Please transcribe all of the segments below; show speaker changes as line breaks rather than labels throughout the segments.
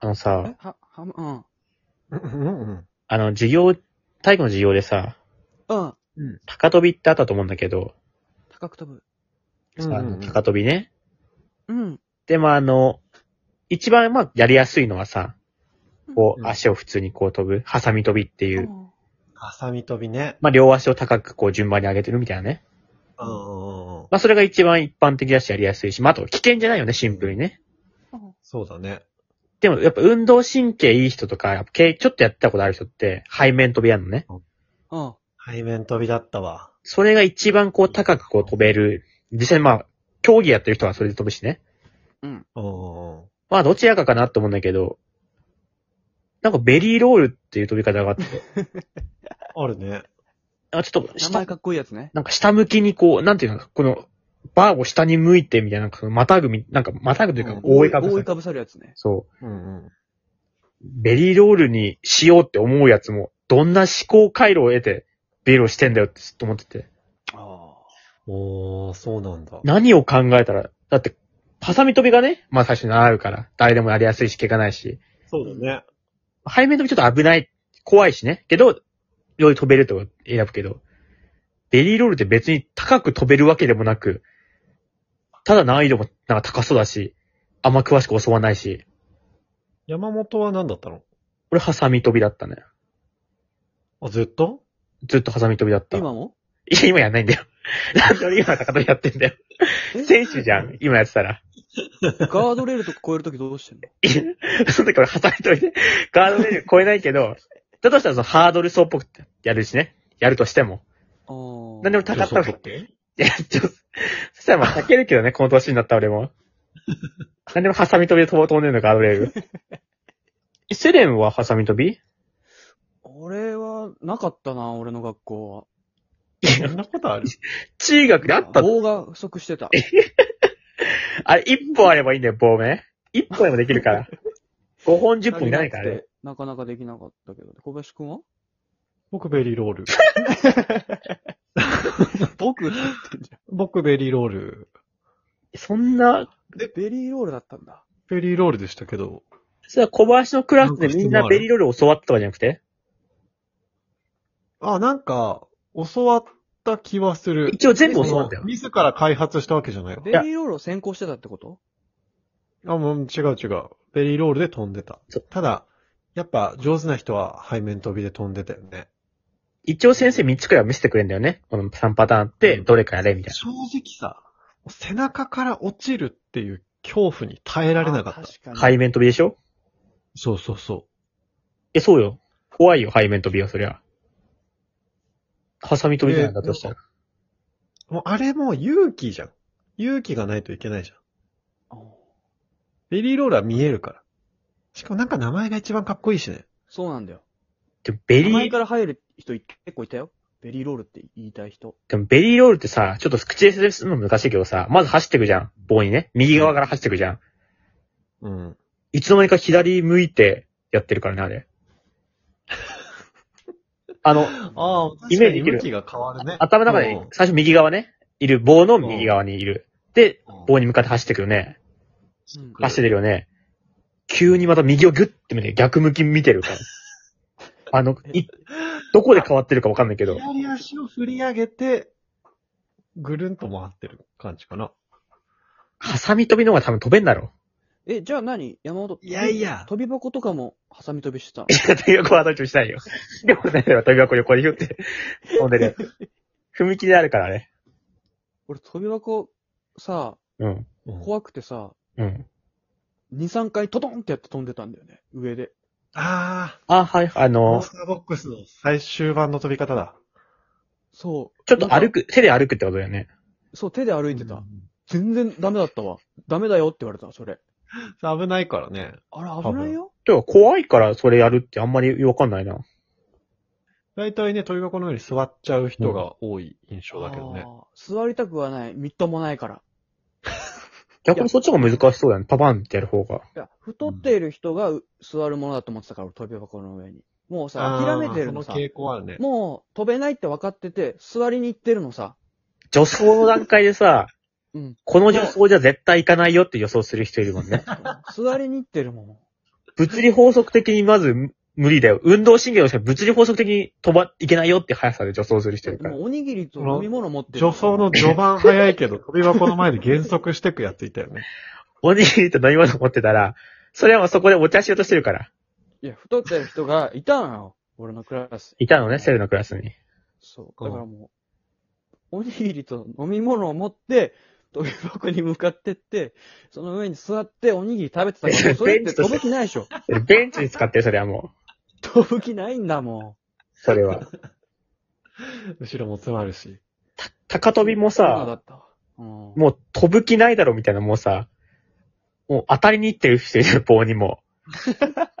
あのさ
え、、は、はむ、うん。
うんうん
あの、授業、体育の授業でさ、
うん。
高跳びってあったと思うんだけど、
高く飛ぶ。
う
さ
ん。
あの高跳びね。
うん。
で、まあ、あの、一番、まあ、やりやすいのはさ、こ
う
う、
ん
足を普通にこう飛ぶ、ハサミ飛びっていう、
ん
ハサミ飛びね。
まあ、両足を高くこう、順番に上げてるみたいなね。
うんうんうん。
まあ、それが一番一般的だし、やりやすいし、まあ、あと、危険じゃないよね、シンプルにね。
うん
そうだね。
でも、やっぱ運動神経いい人とか、やっぱけちょっとやったことある人って、背面飛びやるのね。
うん。
背面飛びだったわ。
それが一番こう、高くこう飛べる。実際、まあ、競技やってる人はそれで飛ぶしね。
うん。
うんうんうん。
まあ、どちらかかなと思うんだけど、なんかベリーロールっていう飛び方があって、
あるね。
あちょっと
名
下
前、かっこいいやつね。
なんか下向きにこう、なんていうの、この、バーを下に向いてみたいな、なんかそのまたぐみ、なんかまたぐというか
うん、
覆いかぶ
覆
さ
いかぶさるやつね。
そう。
うんうん。
ベリーロールにしようって思うやつも、どんな思考回路を得て、ベロしてんだよってずっと思ってて。
あ
おー、そうなんだ。
何を考えたら、だって、ハサミ飛びがね、まあ最初に習うから、誰でもやりやすいし、怪我ないし、
そうだね。
背面飛びちょっと危ない、怖いしね。けど、より飛べると選ぶけど、ベリーロールって別に高く飛べるわけでもなく、ただ難易度もなんか高そうだし、あんま詳しく教わないし、
山本は何だったの
俺ハサミ飛びだったね。
あ、ずっと
ずっとハサミ飛びだっ
あ。
た。い
今も
や、今やんないんだよ。 なんで俺今高跳びやってんだよ。
え
選手じゃん、今やってたら。
ガードレールとか超えるときどうしてんの
いやその時俺ハサミ飛びで、ガードレール超えないけど、だとしたらそのハードル層っぽくやるしね。やるとしても。
ああ。
なんでも高
そう
跳
そう
び
そ。う
いや、ちょっと、そしたらまあ、避けるけどね、この年になった俺も。何でもハサミ飛びで飛ぼうと思ってんのか、アドレール。セレンはハサミ飛び
俺は、なかったな、俺の学校
そんなことある
中学であ
は。
ったの
棒が不足してた。
あれ、一本あればいいんだよ、棒目。一本でもできるから。5本、10本いらないから
足り
ね
く。てなかなかできなかったけど。小林くんは
僕ベリー ロール。
僕って言ってんじゃ
僕ベリーロール。
そんな、
ん。ベリーロールだったんだ。
ベリーロールでしたけど。
それは小林のクラスでみん
なん
な
か質問ある
ベリーロール教わったとかじゃなくて
あ、なんか、教わった気はする。
一応全部教わったよ
その。自ら開発したわけじゃないわ。
ベリーロールを先行してたってこと
あ、もう違う違う。ベリーロールで飛んでた
そう。
ただ、やっぱ上手な人は背面飛びで飛んでたよね。
一応先生3つくらいは見せてくれんだよね。この3パターンあって、どれかやれ、みたい
正直さ、背中から落ちるっていう恐怖に耐えられなかった
あ。確か
な。
に。
背面飛びでしょ
そうそうそ
え、そうよ。怖いよ、背面飛びは、そりゃ。ハサミ飛びじゃないんだとしたら。
う。もうあれも勇気じゃん。勇気がないといけないじゃん。
あー
ベリーロールは見えるから。しかもなんか名前が一番かっこいいしね。
そうなんだよ。
でもベリ
前
ー、
から入る人結構いたよ。ベリーロールって言いたい人。
でもベリーロールってさ、ちょっと口で説明するの難しいけどさ、まず走ってくじゃん。棒にね。右側から走ってくじゃん。
うん。
いつの間にか左向いてやってるからね、あれ。あの、
ああ、
イメージできる
向きが変わるね。
頭の中
う
で
ん
最初右側ね。いる。棒の右側にいる。で、棒に向かって走ってくよね。
うん
うん
走ってるよね。急にまた右をギュッて見て、逆向き見てる から。あの、い、どこで変わってるかわかんないけど。
左足を振り上げて、ぐるんと回ってる感じかな。
ハサミ飛びの方が多分飛べんだろ。
え、じゃあ何山本。
いやいや
飛び箱とかも、ハサミ飛び してたの
いや、飛び箱はどっちもしたいよ。 でもね、飛び箱横にひゅって飛んでる。踏切であるからね。
俺、飛び箱、さ、
うん。
うん
怖くてさ、
うん。
2、3回トドンってやって飛んでたんだよね。上で。
ああ、
あ、はい。あ
モン
の
ス、ターボックスの最終版の飛び方だ。
そう。
ちょっと歩く、
く。
手で歩くってことだよね。
そう、手で歩いて
う
た。
ん
全然ダメだったわ。ダメだよって言われた、それ。
危ないからね。
あれ、危ないよ。
でも怖いからそれやるってあんまりわかんないな。
大体ね、飛び箱のように座っちゃう人が多い印象だけどね。
あー座りたくはない。みっともないから。
逆にそっちが難しそうだよね。パパンってやる方が。
いや、太っている人がう座るものだと思ってたから、俺飛び箱の上に。もうさ、
あ
諦
ー
めてるの
そ
さ
の。傾向あるね。
もう、飛べないって分かってて、座りに行ってるの さ。
女装の段階で さ、
うん。
この女装じゃ絶対行かないよって予想する人いるもんね。
座りに行ってるもん。
物理法則的にまず無無理だよ。運動神経の人は物理法則的に飛ば、いけないよって速さで助走する人いるから
も。うおにぎりと飲み物持ってる。
助走の序盤早いけど、飛び箱の前で減速してくやついたよね。
おにぎりと飲み物持ってたら、それはもうそこでお茶しようとしてるから。
いや、太ってる人がいたのよ。 俺のクラス。
いたのね、セルのクラスに。
そう。だからもう、おにぎりと飲み物を持って、飛び箱に向かってって、その上に座っておにぎり食べてたから、それって飛ぶ気ないでしょ。
それベンチに使ってる、それはもう。
飛ぶ気ないんだも
それは。
後ろも詰まるし。
高飛びも
ん。そうだ
さ、
ったわ。うん。
もう飛ぶ気ないだろみたいな、もうさ、もう当たりに行ってる人いる、棒に も。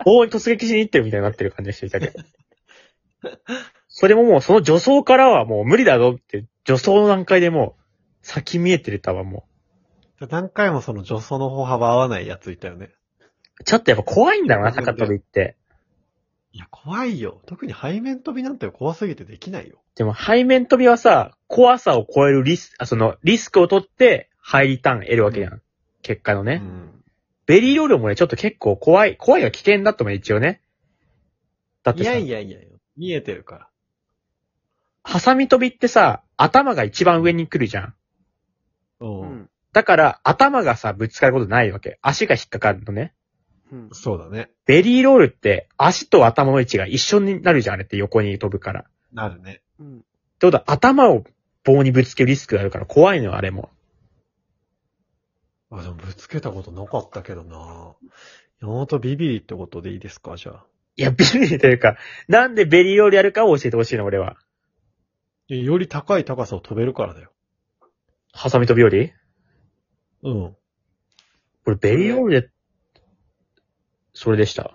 棒に突撃しに行ってるみたいになってる感じの人いたけど。それももうその助走からはもう無理だぞって、助走の段階でもう、先見えてたわ、も
何回もその助走の歩幅合わないやついたよね。
う。ちょっとやっぱ怖いんだろうな、高飛びって。
いや、怖いよ。特に背面飛びなんて怖すぎてできないよ。
でも背面飛びはさ、怖さを超えるリス、あその、リスクを取って、入りターン得るわけじゃん。結果のね。
うん。
ベリーロールもね、ちょっと結構怖い、怖いが危険だとも一応ね。だっ
い
てさ
やいやいやよ。見えてるから。
ハサミ飛びってさ、頭が一番上に来るじゃん。
う。
うんん。
だから、頭がさ、ぶつかることないわけ。足が引っかかるのね。
うん。
そうだね。
ベリーロールって、足と頭の位置が一緒になるじゃん、あれって横に飛ぶから。っ
なるね。
うん。
てことは、頭を棒にぶつけるリスクがあるから怖いのよ、あれも。
あ、でもぶつけたことなかったけどな山本ビビリってことでいいですかじゃあ。
いや、ビビリというか、なんでベリーロールやるかを教えてほしいの、俺は。
いやより高い高さを飛べるからだよ。
ハサミ飛びより
うん。
俺、ベリーロールで、それでした。